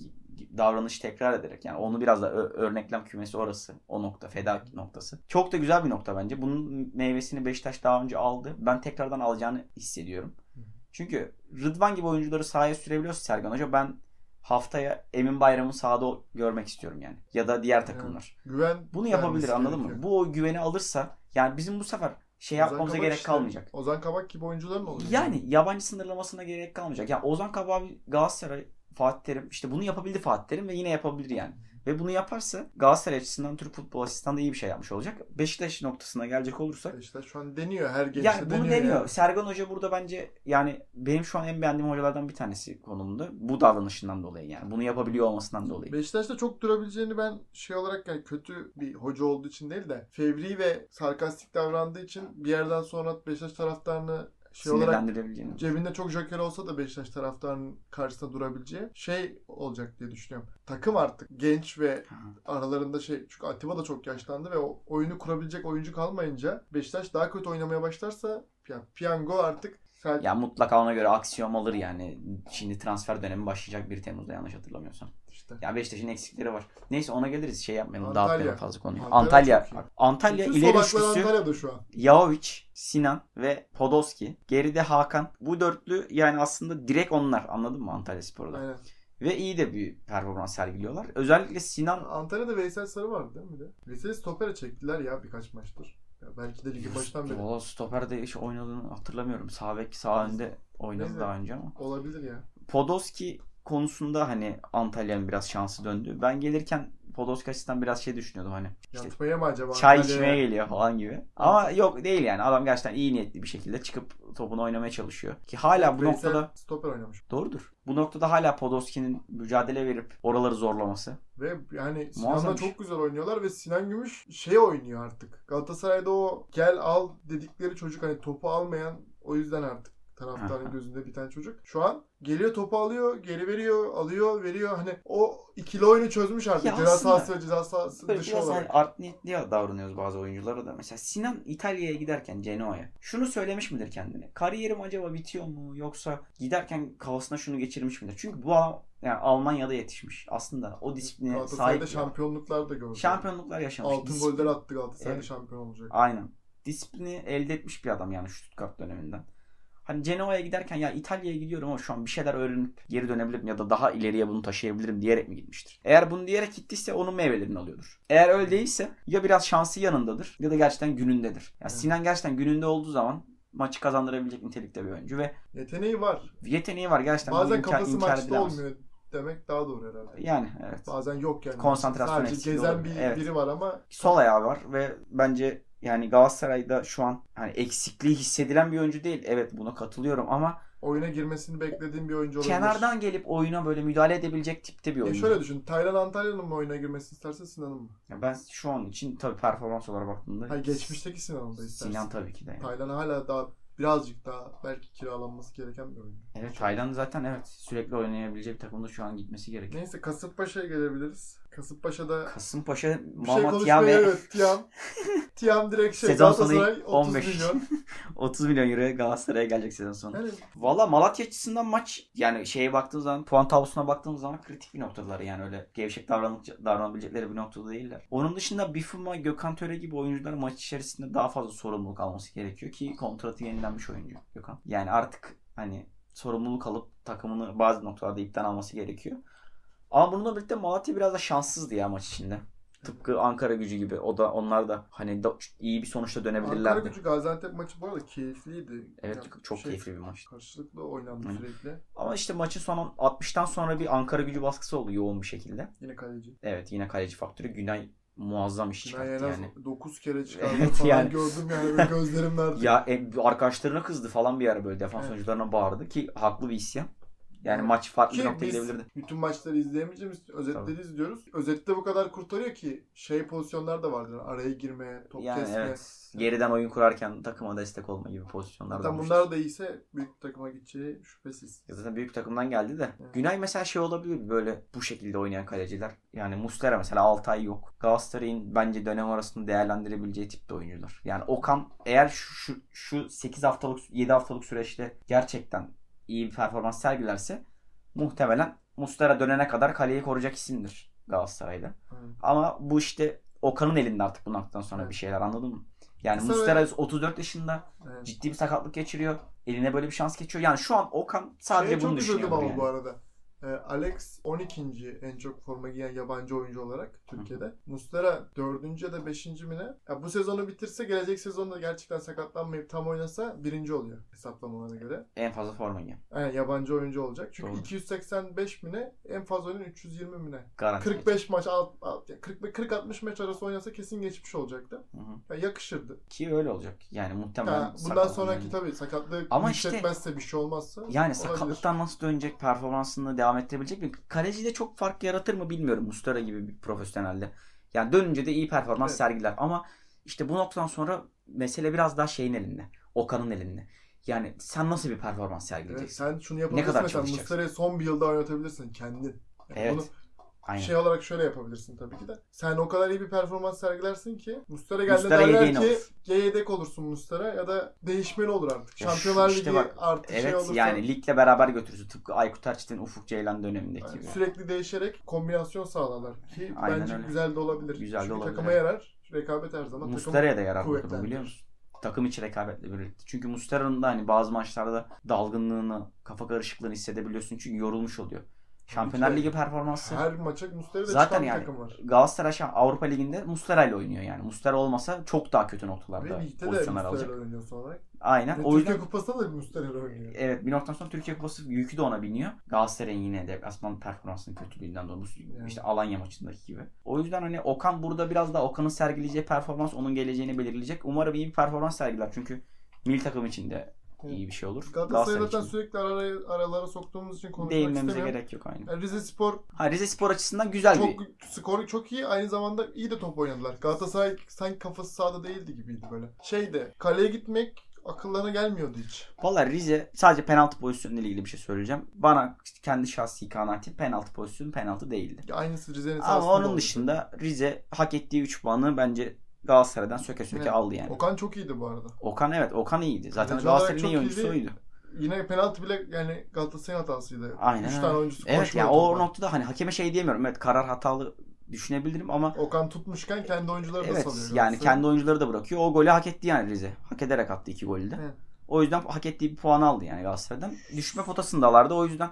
B: davranışı tekrar ederek yani onu biraz da ö- örneklem kümesi orası. O nokta feda noktası. Çok da güzel bir nokta bence. Bunun meyvesini Beşiktaş daha önce aldı. Ben tekrardan alacağını hissediyorum. Çünkü Rıdvan gibi oyuncuları sahaya sürebiliyorsa Sergen Hoca ben haftaya Emin Bayram'ı sahada o- görmek istiyorum yani. Ya da diğer takımlar.
C: Güven
B: Bunu yapabilir
C: vermesi
B: anladın mı?
C: gerekiyor.
B: Bu o güveni alırsa yani bizim bu sefer şey
C: Ozan
B: yapmamıza
C: Kabak
B: gerek
C: işte-
B: kalmayacak.
C: Ozan Kabak gibi oyuncuların oluyor.
B: Yani yabancı sınırlamasına gerek kalmayacak. Yani Ozan Kabak Galatasaray Fatih Terim işte bunu yapabildi Fatih Terim ve yine yapabilir yani. Ve bunu yaparsa Galatasaray açısından Türk futbol açısından da iyi bir şey yapmış olacak. Beşiktaş noktasına gelecek olursak
C: Beşiktaş şu an deniyor her gençte
B: yani bunu
C: deniyor.
B: deniyor.
C: yani.
B: Sergen Hoca burada bence yani benim şu an en beğendiğim hocalardan bir tanesi konumunda. Bu davranışından dolayı yani. Bunu yapabiliyor olmasından dolayı.
C: Beşiktaş'ta çok durabileceğini ben şey olarak yani kötü bir hoca olduğu için değil de fevri ve sarkastik davrandığı için bir yerden sonra Beşiktaş taraftarını şey olarak
B: Sinirlendirebileceğini.
C: cebinde çok joker olsa da Beşiktaş taraftarının karşısında durabileceği şey olacak diye düşünüyorum. Takım artık genç ve
B: Ha.
C: aralarında şey çünkü Atiba da çok yaşlandı ve o oyunu kurabilecek oyuncu kalmayınca Beşiktaş daha kötü oynamaya başlarsa yani piyango artık sel-
B: Ya mutlaka ona göre aksiyon alır yani. Şimdi transfer dönemi başlayacak 1 Temmuz'da yanlış hatırlamıyorsam.
C: işte.
B: Ya Beşiktaş'ın eksikleri var. Neyse ona geliriz. Şey yapmayalım.
C: Antalya.
B: Dağıtmayalım fazla konuyu.
C: Antalya
B: Antalya.
C: çok iyi.
B: Antalya,
C: Bütün
B: ileri
C: solaklar
B: üçlüsü.
C: Antalya'da şu an.
B: Yaoviç, Sinan ve Podolski. Geride Hakan. Bu dörtlü yani aslında direkt onlar. Anladın mı Antalya Spor'da?
C: Aynen.
B: Ve iyi de bir performans sergiliyorlar. Özellikle Sinan
C: Antalya'da Veysel Sarı vardı değil mi bir de? Veysel'i stopere çektiler ya birkaç maçtır. Ya belki de ligin baştan beri.
B: Valla stoperde hiç oynadığını hatırlamıyorum. Sağ bek sağ önde oynadı
C: Neyse.
B: daha önce ama.
C: Olabilir ya.
B: Podolski konusunda hani Antalya'nın biraz şansı döndü. Ben gelirken Podolski açısından biraz şey düşünüyordum hani. işte
C: Yatmaya mı acaba?
B: çay
C: Antalya'ya?
B: içmeye geliyor falan gibi. Ama yok değil yani. Adam gerçekten iyi niyetli bir şekilde çıkıp topunu oynamaya çalışıyor. Ki hala bu
C: Veysel
B: noktada
C: stoper oynamış.
B: doğrudur. Bu noktada hala Podolski'nin mücadele verip oraları zorlaması.
C: Ve yani Sinan'la
B: Muazzam bir şey.
C: çok güzel oynuyorlar ve Sinan Gümüş şey oynuyor artık. Galatasaray'da o gel al dedikleri çocuk hani topu almayan o yüzden artık
B: Aha.
C: taraftarın gözünde biten çocuk. Şu an geliyor topu alıyor, geri veriyor, alıyor, veriyor. Hani o ikili oyunu çözmüş artık.
B: Ya
C: ceza
B: aslında
C: sahası ve ceza sahası
B: Böyle
C: dışı
B: biraz hani
C: olarak.
B: art niyetli davranıyoruz bazı oyunculara da. Mesela Sinan İtalya'ya giderken Genoa'ya şunu söylemiş midir kendine? Kariyerim acaba bitiyor mu yoksa giderken kafasına şunu geçirmiş midir? Çünkü bu adam yani Almanya'da yetişmiş. Aslında o disipline
C: Galatasaray'da
B: Hani sahip.
C: şampiyonluklar da gördü.
B: Şampiyonluklar yaşamış.
C: Altın
B: Disiplin-
C: goller attı Galatasaray'da
B: Evet.
C: şampiyon olacak.
B: Aynen. Disiplini elde etmiş bir adam yani Stuttgart döneminden. Hani Genoa'ya giderken ya İtalya'ya gidiyorum ama şu an bir şeyler öğrenip geri dönebilirim ya da daha ileriye bunu taşıyabilirim diyerek mi gitmiştir? Eğer bunu diyerek gittiyse onun meyvelerini alıyordur. Eğer öyle değilse ya biraz şansı yanındadır ya da gerçekten günündedir. Ya
C: Evet.
B: Sinan gerçekten gününde olduğu zaman maçı kazandırabilecek nitelikte bir oyuncu ve
C: Yeteneği var.
B: yeteneği var gerçekten. bunu
C: Bazen
B: inkar-
C: kafası
B: inkar
C: maçta
B: edilemez.
C: olmuyor demek daha doğru herhalde.
B: Yani evet.
C: Bazen yok yani.
B: Konsantrasyon
C: Sadece
B: eksikliği
C: gezen
B: olabilir.
C: bir,
B: Evet.
C: biri var ama
B: sol ayağı var ve bence yani Galatasaray'da şu an hani eksikliği hissedilen bir oyuncu değil. Evet buna katılıyorum ama
C: oyuna girmesini beklediğim bir oyuncu olabilir.
B: kenardan gelip oyuna böyle müdahale edebilecek tipte bir
C: Ya
B: oyuncu.
C: şöyle düşün. Taylan Antalya'nın mı oyuna girmesini istersen Sinan'ın mı?
B: Ya ben şu an için tabii performans olarak baktığımda
C: Ha geçmişteki Sinan'ın da istersin.
B: Sinan tabii ki de. yani.
C: Taylan hala daha birazcık daha belki kiralanması gereken bir oyuncu.
B: Evet Tayland zaten evet sürekli oynayabileceği bir takımda şu an gitmesi gerekiyor.
C: Neyse Kasımpaşa'ya gelebiliriz. Kasımpaşa'da
B: Kasımpaşa,
C: bir şey
B: Malatya
C: konuşmaya
B: ve [LAUGHS]
C: evet Tiam. Tiam direkt şey
B: Sezon sonu
C: Galatasaray 30
B: 15. [LAUGHS]
C: milyon.
B: 30 milyon euro Galatasaray'a gelecek sezon sonu.
C: Yani
B: Valla Malatya açısından maç yani şeye baktığım zaman puan tablosuna baktığım zaman kritik bir noktadalar yani öyle gevşek davranıp davranabilecekleri bir noktada değiller. Onun dışında Bifuma, Gökhan Töre gibi oyuncular maç içerisinde daha fazla sorumluluk alması gerekiyor ki kontratı yenilenmiş oyuncu Gökhan. Yani artık hani sorumluluk alıp takımını bazı noktalarda iptal alması gerekiyor. Ama bununla birlikte Malatya biraz da şanssızdı ya maç içinde. Tıpkı Ankara gücü gibi. O da onlar da hani da- iyi bir sonuçta
C: Ankara
B: dönebilirlerdi.
C: gücü Gaziantep maçı bu arada keyifliydi.
B: Evet,
C: Yani
B: çok
C: şey,
B: keyifli bir maç.
C: Karşılıklı oynandı
B: Aynen.
C: sürekli.
B: Ama işte maçın son 60'tan sonra bir Ankara gücü baskısı oldu yoğun bir şekilde.
C: Yine kaleci.
B: Evet yine kaleci faktörü Günay muazzam iş
C: Günay
B: çıkarttı
C: en az
B: yani.
C: 9 kere çıkardı
B: Evet,
C: falan
B: yani.
C: gördüm yani böyle
B: [LAUGHS]
C: gözlerim nerede.
B: Ya e, arkadaşlarına kızdı falan bir ara böyle defans
C: Evet.
B: oyuncularına bağırdı ki haklı bir isyan. Yani
C: Evet.
B: maç farklı bir
C: Ki
B: noktaya
C: biz
B: gidebilirdi.
C: bütün maçları izleyemeyeceğimiz için özetleri izliyoruz. Özette bu kadar kurtarıyor ki şey pozisyonlar da vardı. Yani araya girme, top
B: Yani
C: kesme.
B: evet. Geriden oyun kurarken takıma destek olma gibi şey. pozisyonlar
C: Zaten
B: olmuştu.
C: bunlar da iyiyse büyük takıma gideceği şüphesiz.
B: Ya zaten büyük takımdan geldi de.
C: Evet.
B: Günay mesela şey olabilir böyle bu şekilde oynayan kaleciler. Yani Muslera mesela 6 ay yok. Galatasaray'ın bence dönem arasında değerlendirebileceği tipte oyuncular. Yani Okan eğer şu, şu, şu 8 haftalık 7 haftalık süreçte gerçekten iyi bir performans sergilerse muhtemelen Muslera dönene kadar kaleyi koruyacak isimdir Galatasaray'da.
C: Evet.
B: Ama bu işte Okan'ın elinde artık bu noktadan sonra
C: Evet.
B: bir şeyler anladın mı? Yani
C: Muslera-
B: Muslera 34 yaşında
C: Evet.
B: ciddi bir sakatlık geçiriyor. Eline böyle bir şans geçiyor. Yani şu an Okan sadece
C: Şeye
B: bunu
C: Şey çok üzüldüm
B: düşünüyor.
C: ama
B: Yani.
C: bu arada. Ee, Alex 12. en çok forma giyen yabancı oyuncu olarak Türkiye'de. Muslera 4. ya da 5. mi ne? Ya bu sezonu bitirse gelecek sezonda gerçekten sakatlanmayıp tam oynasa 1. oluyor hesaplamalara göre.
B: En fazla forma giyen.
C: Aynen yabancı oyuncu olacak. Çünkü
B: Doğru.
C: 285 mi ne? En fazla oynayan 320 mi ne?
B: Garanti.
C: 45 maç alt, 40-60 maç arası oynasa kesin geçmiş olacaktı.
B: Hı hı.
C: Ya yakışırdı.
B: Ki öyle olacak. Yani muhtemelen.
C: Ya bundan
B: sakatlanıyor.
C: sonraki tabii sakatlık
B: Ama
C: yükseltmezse bir şey olmazsa
B: Yani
C: olabilir.
B: sakatlıktan nasıl dönecek performansını devam ettirebilecek mi? Kaleci de çok fark yaratır mı bilmiyorum Mustara gibi bir profesyonelde. Yani dönünce de iyi performans
C: Evet.
B: sergiler ama işte bu noktadan sonra mesele biraz daha şeyin elinde. Okan'ın elinde. Yani sen nasıl bir performans
C: Evet,
B: sergileyeceksin?
C: sen şunu yapabilirsin
B: kadar
C: mesela
B: çalışacaksın?
C: Mısır'ı son bir yılda oynatabilirsin kendin. Yani
B: Evet,
C: bunu
B: Aynen.
C: şey olarak şöyle yapabilirsin tabii ki de. Sen o kadar iyi bir performans sergilersin ki Mustara geldi
B: Muslera
C: derler
B: yedeğin
C: ki
B: olur.
C: ya yedek olursun Mustara ya da değişmeli olur artık.
B: Ya şu-
C: Şampiyonlar
B: işte
C: Ligi
B: bak,
C: artı şey
B: Evet
C: olursa
B: yani ligle beraber götürürsün. Tıpkı Aykut Erçetin, Ufuk Ceylan dönemindeki
C: yani
B: gibi.
C: sürekli değişerek kombinasyon sağlarlar ki
B: Aynen
C: bence
B: öyle.
C: güzel de olabilir.
B: Güzel de
C: Çünkü
B: olabilir,
C: takıma
B: evet.
C: yarar. Rekabet her zaman takım
B: Muslera'ya da yarar bu durum,
C: kuvvetlendirir.
B: biliyor musun? Takım içi rekabetle birlikte. Çünkü Muslera'nın da hani bazı maçlarda dalgınlığını, kafa karışıklığını hissedebiliyorsun çünkü yorulmuş oluyor. Şampiyonlar
C: ki.
B: Ligi performansı
C: her maça Mustara da
B: Zaten
C: çıkan bir
B: yani
C: takım var.
B: Galatasaray şu an Avrupa Ligi'nde Muslera ile oynuyor yani. Muslera olmasa çok daha kötü noktalarda
C: Ve ligde de
B: pozisyonlar alacak.
C: Mustara oynuyor son olarak.
B: Aynen.
C: Ve
B: o yüzden E,
C: Türkiye Kupası'nda da Mustara oynuyor.
B: evet bir noktadan sonra Türkiye Kupası yükü de ona biniyor. Galatasaray'ın yine deplasman performansının kötülüğünden dolayı
C: Yani.
B: işte Alanya maçındaki gibi. O yüzden hani Okan burada biraz daha Okan'ın sergileyeceği performans onun geleceğini belirleyecek. Umarım iyi bir performans sergiler çünkü milli takım için de iyi bir şey olur.
C: Galatasaray'ı zaten
B: için
C: sürekli araya, aralara soktuğumuz için konuşmak
B: değinmemize
C: istemiyorum.
B: gerek yok aynen.
C: Yani Rize Spor
B: Ha Rize Spor açısından güzel
C: çok
B: bir
C: skoru çok iyi aynı zamanda iyi de top oynadılar. Galatasaray sanki kafası sahada değildi gibiydi böyle. Şeyde kaleye gitmek akıllarına gelmiyordu hiç.
B: Valla Rize sadece penaltı pozisyonuyla ilgili bir şey söyleyeceğim. Bana kendi şahsi kanaatim penaltı pozisyonu penaltı değildi.
C: Aynısı Rize'nin
B: Ama
C: sahasında
B: onun
C: oldu.
B: dışında Rize hak ettiği 3 puanı bence Galatasaray'dan söke söke
C: Evet.
B: aldı yani.
C: Okan çok iyiydi bu arada.
B: Okan evet Okan iyiydi. Zaten
C: Kaleci olarak
B: Galatasaray'ın
C: çok
B: iyi oyuncusu
C: iyiydi.
B: oydu.
C: Yine penaltı bile yani Galatasaray'ın hatasıydı.
B: Aynen
C: 3
B: öyle.
C: tane oyuncusu
B: Evet
C: koşmuyor
B: yani o
C: topla.
B: noktada hani hakeme şey diyemiyorum. Evet karar hatalı düşünebilirim ama
C: Okan tutmuşken kendi oyuncuları da
B: evet
C: salıyor.
B: yani
C: Galatasaray.
B: kendi oyuncuları da bırakıyor. O golü hak etti yani Rize. Hak ederek attı iki golü de.
C: Evet.
B: O yüzden hak ettiği bir puan aldı yani Galatasaray'dan. Düşme potasındalardı. O yüzden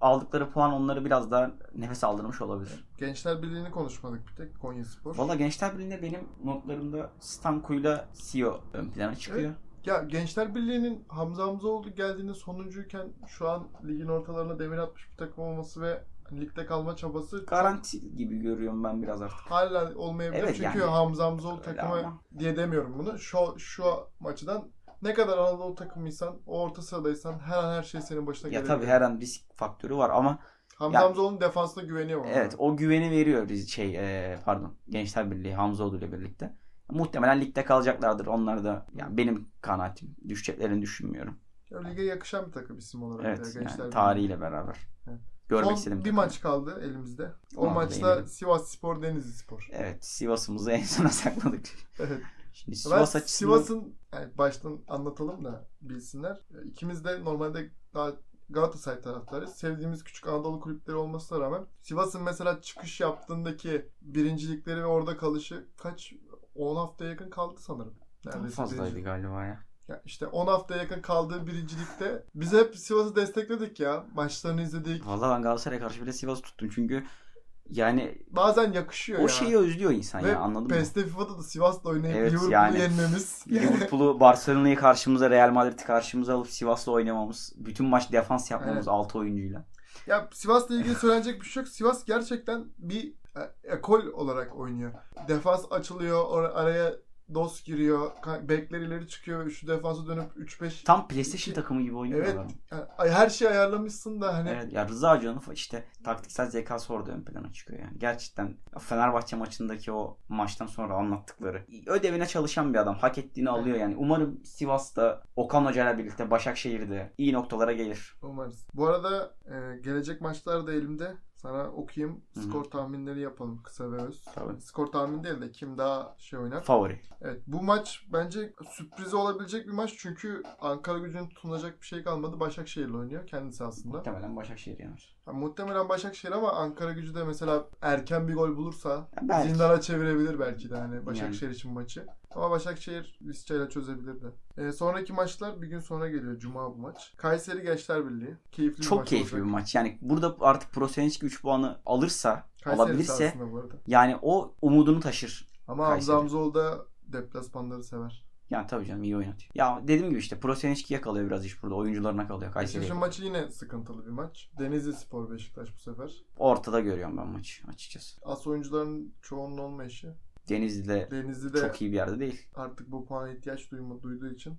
B: aldıkları puan onları biraz daha nefes aldırmış olabilir.
C: Gençler Birliği'ni konuşmadık bir tek. Konya Spor.
B: Valla Gençler Birliği'nde benim notlarımda Stanku'yla CEO E ön plana çıkıyor.
C: Ya Gençler Birliği'nin Hamza Hamzaoğlu geldiğinde sonuncuyken şu an ligin ortalarına demir atmış bir takım olması ve ligde kalma çabası
B: Garanti gibi görüyorum ben biraz artık.
C: hala olmayabilir.
B: Evet,
C: Çünkü
B: yani.
C: Hamza Hamzaoğlu
B: Öyle
C: takımı
B: ama.
C: diye demiyorum bunu. Şu, şu açıdan ne kadar Anadolu takımıysan, o orta sıradaysan her an her şey senin başına
B: Ya
C: gelebilir.
B: tabii her an risk faktörü var ama
C: Hamza
B: Ya-
C: Hamzaoğlu'nun defansına güveniyor bana.
B: evet o güveni veriyor biz şey e, pardon Gençler Birliği Hamzoğlu ile birlikte. Muhtemelen ligde kalacaklardır. Onlar da yani benim kanaatim. Düşeceklerini düşünmüyorum.
C: Ya Lige yakışan bir takım isim olarak. da
B: Evet
C: Gençler
B: yani
C: Birliği.
B: tarihiyle beraber.
C: Evet.
B: Görmek
C: Son
B: istedim.
C: bir maç kaldı elimizde. O
B: Onu da
C: maçta
B: beğenirim.
C: Sivas Spor, Denizli Spor.
B: Evet Sivas'ımızı en sona [LAUGHS] sakladık.
C: [LAUGHS] Evet.
B: Şimdi
C: Ben
B: Sivas açısından
C: Sivas'ın yani baştan anlatalım da bilsinler. İkimiz de normalde daha Galatasaray taraftarıyız. Sevdiğimiz küçük Anadolu kulüpleri olmasına rağmen Sivas'ın mesela çıkış yaptığındaki birincilikleri ve orada kalışı kaç 10 haftaya yakın kaldı sanırım.
B: daha
C: Neredeyse
B: fazlaydı
C: birinci-
B: galiba ya.
C: Ya işte 10 haftaya yakın kaldığı birincilikte biz hep Sivas'ı destekledik ya. Maçlarını izledik.
B: Vallahi ben Galatasaray'a karşı bile Sivas'ı tuttum çünkü yani
C: Bazen yakışıyor
B: o
C: ya.
B: şeyi özlüyor insan
C: Ve
B: ya anladın mı?
C: PES'te FIFA'da da Sivas'la oynayıp
B: Evet,
C: Liverpool'u
B: yani. [LAUGHS]
C: yenmemiz. [LAUGHS]
B: Liverpool'u, Barcelona'yı karşımıza, Real Madrid'i karşımıza alıp Sivas'la oynamamız, bütün maç defans yapmamız
C: Evet.
B: 6 oyuncuyla.
C: Ya Sivas'la ilgili söylenecek bir şey yok. Sivas gerçekten bir e, ekol olarak oynuyor. Defans açılıyor, or- araya dos giriyor, ka- bekler ileri çıkıyor ve şu defansa dönüp 3-5
B: Tam PlayStation takımı gibi oynuyorlar.
C: Evet. yani ay- her şeyi ayarlamışsın da hani
B: Evet, ya Rıza Hoca'nın fa- işte taktiksel zekası orada ön plana çıkıyor yani. Gerçekten Fenerbahçe maçındaki o maçtan sonra anlattıkları. Ödevine çalışan bir adam. Hak ettiğini alıyor yani. Umarım Sivas'ta Okan Hoca'yla birlikte Başakşehir'de iyi noktalara gelir.
C: umarız. Bu arada e, gelecek maçlar da elimde. Sana okuyayım.
B: Hı hı.
C: Skor tahminleri yapalım kısa ve öz.
B: Tabii.
C: Skor tahmini değil de kim daha şey oynar.
B: Favori.
C: Evet bu maç bence sürpriz olabilecek bir maç çünkü Ankara gücünün tutunacak bir şey kalmadı. Başakşehir'le oynuyor kendisi aslında.
B: Muhtemelen Başakşehir yener.
C: Ya muhtemelen Başakşehir ama Ankara gücü de mesela erken bir gol bulursa
B: Ya belki.
C: zindana çevirebilir belki de hani Başakşehir için maçı. Ama Başakşehir Visca'yla çözebilirdi. Ee, sonraki maçlar bir gün sonra geliyor. Cuma bu maç. Kayseri Gençler Birliği. Keyifli bir
B: Çok
C: maç
B: keyifli bir
C: olacak.
B: maç. Yani burada artık Prosenicki 3 puanı alırsa,
C: Kayseri
B: alabilirse
C: sahasında bu arada.
B: yani o umudunu taşır.
C: Ama
B: Kayseri.
C: Hamza Hamzoğlu da deplasmanları sever.
B: Yani tabii canım iyi oynatıyor. Ya dediğim gibi işte Prosenicki yakalıyor biraz iş burada. Oyuncularına kalıyor Kayseri.
C: Beşiktaş'ın maçı yine sıkıntılı bir maç. Denizli Spor Beşiktaş bu sefer.
B: Ortada görüyorum ben maçı açıkçası.
C: As oyuncuların çoğunun olmayışı.
B: Denizli'de
C: Denizli de
B: çok iyi bir yerde değil.
C: artık bu puana ihtiyaç duyma, duyduğu için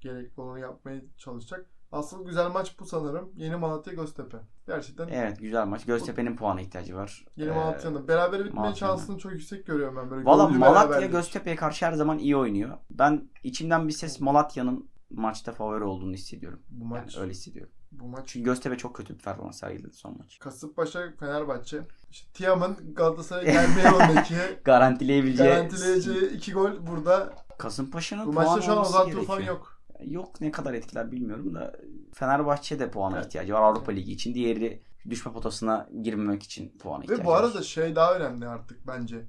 C: gerekli olanı yapmaya çalışacak. Asıl güzel maç bu sanırım. Yeni Malatya Göztepe. Gerçekten
B: Evet güzel maç. Göztepe'nin puana ihtiyacı var.
C: Yeni
B: Ee,
C: Malatya'nın beraber bitme
B: Malatya'nın.
C: şansını çok yüksek görüyorum ben böyle.
B: Valla
C: gollü
B: Malatya
C: beraberlik.
B: Göztepe'ye karşı her zaman iyi oynuyor. Ben içimden bir ses Malatya'nın maçta favori olduğunu hissediyorum.
C: bu
B: Yani
C: maç
B: öyle hissediyorum.
C: bu maç
B: Çünkü Göztepe çok kötü bir performans sergiledi son maç.
C: Kasımpaşa Fenerbahçe. İşte Tiam'ın Galatasaray'a
B: [LAUGHS]
C: gelme yolundaki
B: Garantileyebileceği
C: garantileyeceği iki gol burada.
B: Kasımpaşa'nın
C: Bu
B: puan
C: maçta şu an
B: alması
C: Ozan
B: gerekiyor.
C: Tufan yok.
B: Yok ne kadar etkiler bilmiyorum da Fenerbahçe de puana ihtiyacı var Avrupa Ligi için. Diğeri düşme potasına girmemek için puana ihtiyacı
C: Ve bu arada
B: var.
C: şey daha önemli artık bence.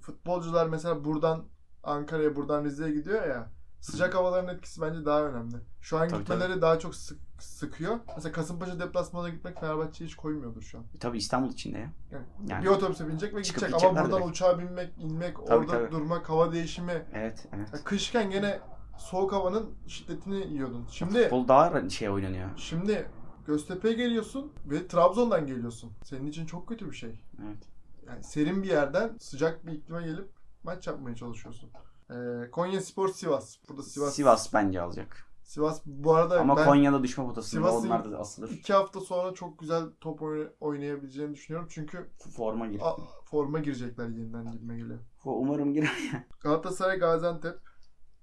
C: Futbolcular mesela buradan Ankara'ya buradan Rize'ye gidiyor ya. Sıcak havaların etkisi bence daha önemli. Şu an
B: Tabii,
C: gitmeleri daha çok sık, sıkıyor. Mesela Kasımpaşa deplasmana gitmek Fenerbahçe'yi hiç koymuyordur şu an.
B: E, Tabii İstanbul içinde ya.
C: Yani,
B: Yani-
C: bir otobüse binecek ve
B: Çıkıp
C: gidecek ama
B: gidecekler
C: buradan
B: direkt.
C: uçağa binmek, inmek,
B: Tabii,
C: orada
B: tabii.
C: durmak, hava değişimi.
B: Evet evet.
C: Ya kışken gene soğuk havanın şiddetini yiyordun. Şimdi
B: Futbol daha şey oynanıyor.
C: şimdi Göztepe'ye geliyorsun ve Trabzon'dan geliyorsun. Senin için çok kötü bir şey.
B: Evet.
C: Yani serin bir yerden sıcak bir iklime gelip maç yapmaya çalışıyorsun. Ee, Konya Spor Sivas. Burada Sivas.
B: Sivas, bence alacak.
C: Sivas bu arada
B: Ama
C: ben
B: Konya'da düşme potasında
C: Sivas'ın-
B: onlar da asılır.
C: iki hafta sonra çok güzel top oyn- oynayabileceğini düşünüyorum. Çünkü
B: Forma girer.
C: a- forma girecekler yeniden gibime geliyor.
B: Umarım girer. [LAUGHS]
C: Galatasaray Gaziantep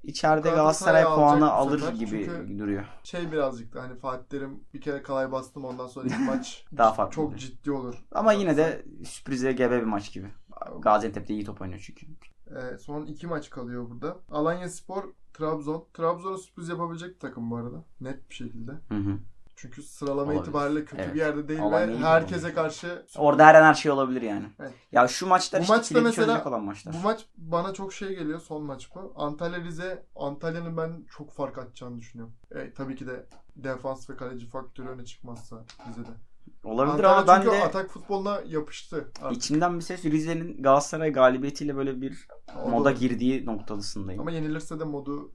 B: İçeride
C: Galatasaray
B: Galatasaray puanı
C: alacak bu
B: alır
C: sefer
B: gibi
C: çünkü-
B: duruyor.
C: şey birazcık da hani Fatih Terim bir kere kalay bastım ondan sonra
B: [LAUGHS]
C: ilk maç
B: Daha farklı.
C: çok ciddi olur.
B: Ama yine de sürprize gebe bir maç gibi. Gaziantep'te iyi top oynuyor çünkü.
C: Ee, son iki maç kalıyor burada. Alanya Spor, Trabzon. Trabzon'a sürpriz yapabilecek bir takım bu arada. Net bir şekilde.
B: Hı hı.
C: Çünkü sıralama
B: Olabilir.
C: itibariyle kötü
B: Evet.
C: bir yerde değil
B: Alanya
C: ve
B: gibi
C: herkese karşı
B: Orada her an her şey olabilir yani.
C: Evet.
B: Ya şu maçlar
C: Bu
B: işte
C: maçta
B: kilidi
C: mesela-
B: çözecek olan maçlar.
C: Bu maç bana çok şey geliyor son maç bu. Antalya Rize Antalya'nın ben çok fark atacağını düşünüyorum. E, tabii ki de defans ve kaleci faktörü öne çıkmazsa Rize'de.
B: Olabilir
C: Antalya
B: ama ben
C: çünkü
B: de
C: atak futboluna yapıştı. Artık.
B: içimden bir ses Rize'nin Galatasaray galibiyetiyle böyle bir
C: O da-
B: moda girdiği noktalısındayım.
C: Ama yenilirse de modu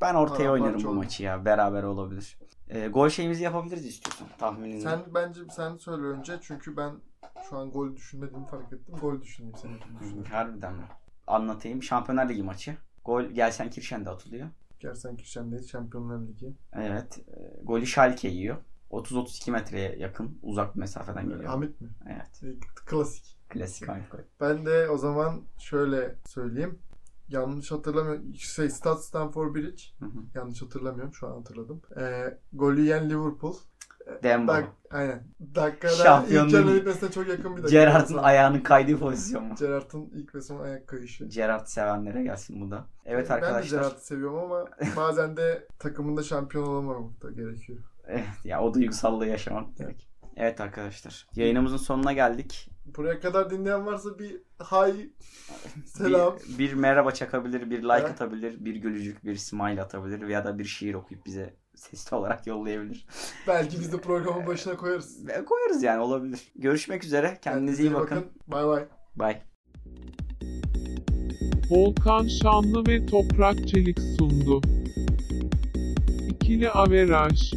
B: Ben ortaya
C: Aa,
B: oynarım
C: parça
B: bu
C: oldu.
B: maçı ya. Beraber olabilir. Ee, gol şeyimizi yapabiliriz istiyorsan tahminini.
C: sen bence sen söyle önce çünkü ben şu an gol düşünmediğimi fark ettim. Gol düşüneyim seninkini
B: Hı,
C: düşüneyim.
B: Harbiden mi? Anlatayım. Şampiyonlar Ligi maçı. Gol Gelsen Kirşen de atılıyor.
C: Gersen Kirşen'deyiz Şampiyonlar Ligi.
B: Evet. e, golü Schalke yiyor. 30-32 metreye yakın uzak bir mesafeden geliyor.
C: Ahmet mi?
B: Evet.
C: E, Klasik.
B: Klasik aynı gol.
C: Ben de o zaman şöyle söyleyeyim. Yanlış hatırlamıyorum. Şey, Stad Stamford Bridge.
B: Hı hı.
C: Yanlış hatırlamıyorum. Şu an hatırladım. Ee, golü yiyen Liverpool.
B: Dembo.
C: Dak aynen. Dakikada ilk
B: Şampiyonluğu-
C: yarı bitmesine çok yakın bir dakika.
B: Gerrard'ın
C: Sonra
B: ayağının kaydığı pozisyon mu?
C: Gerrard'ın ilk ve son ayak kayışı.
B: Gerrard sevenlere gelsin bu da. Evet
C: Ben de
B: arkadaşlar.
C: Gerrard'ı seviyorum
B: [LAUGHS]
C: ama bazen de takımında şampiyon olamamak da gerekiyor.
B: Evet, ya o duygusallığı yaşamak demek. Evet arkadaşlar. Yayınımızın sonuna geldik.
C: Buraya kadar dinleyen varsa bir hay selam.
B: Bir, bir merhaba çakabilir, bir like
C: Evet.
B: atabilir, bir gülücük, bir smile atabilir veya da bir şiir okuyup bize sesli olarak yollayabilir.
C: Belki biz de programın başına koyarız.
B: Ve Koyarız yani olabilir. Görüşmek üzere. Kendinize iyi bakın.
C: Bay bay.
B: Bye.
A: Volkan Şanlı ve Toprak Çelik sundu. İkili Averaj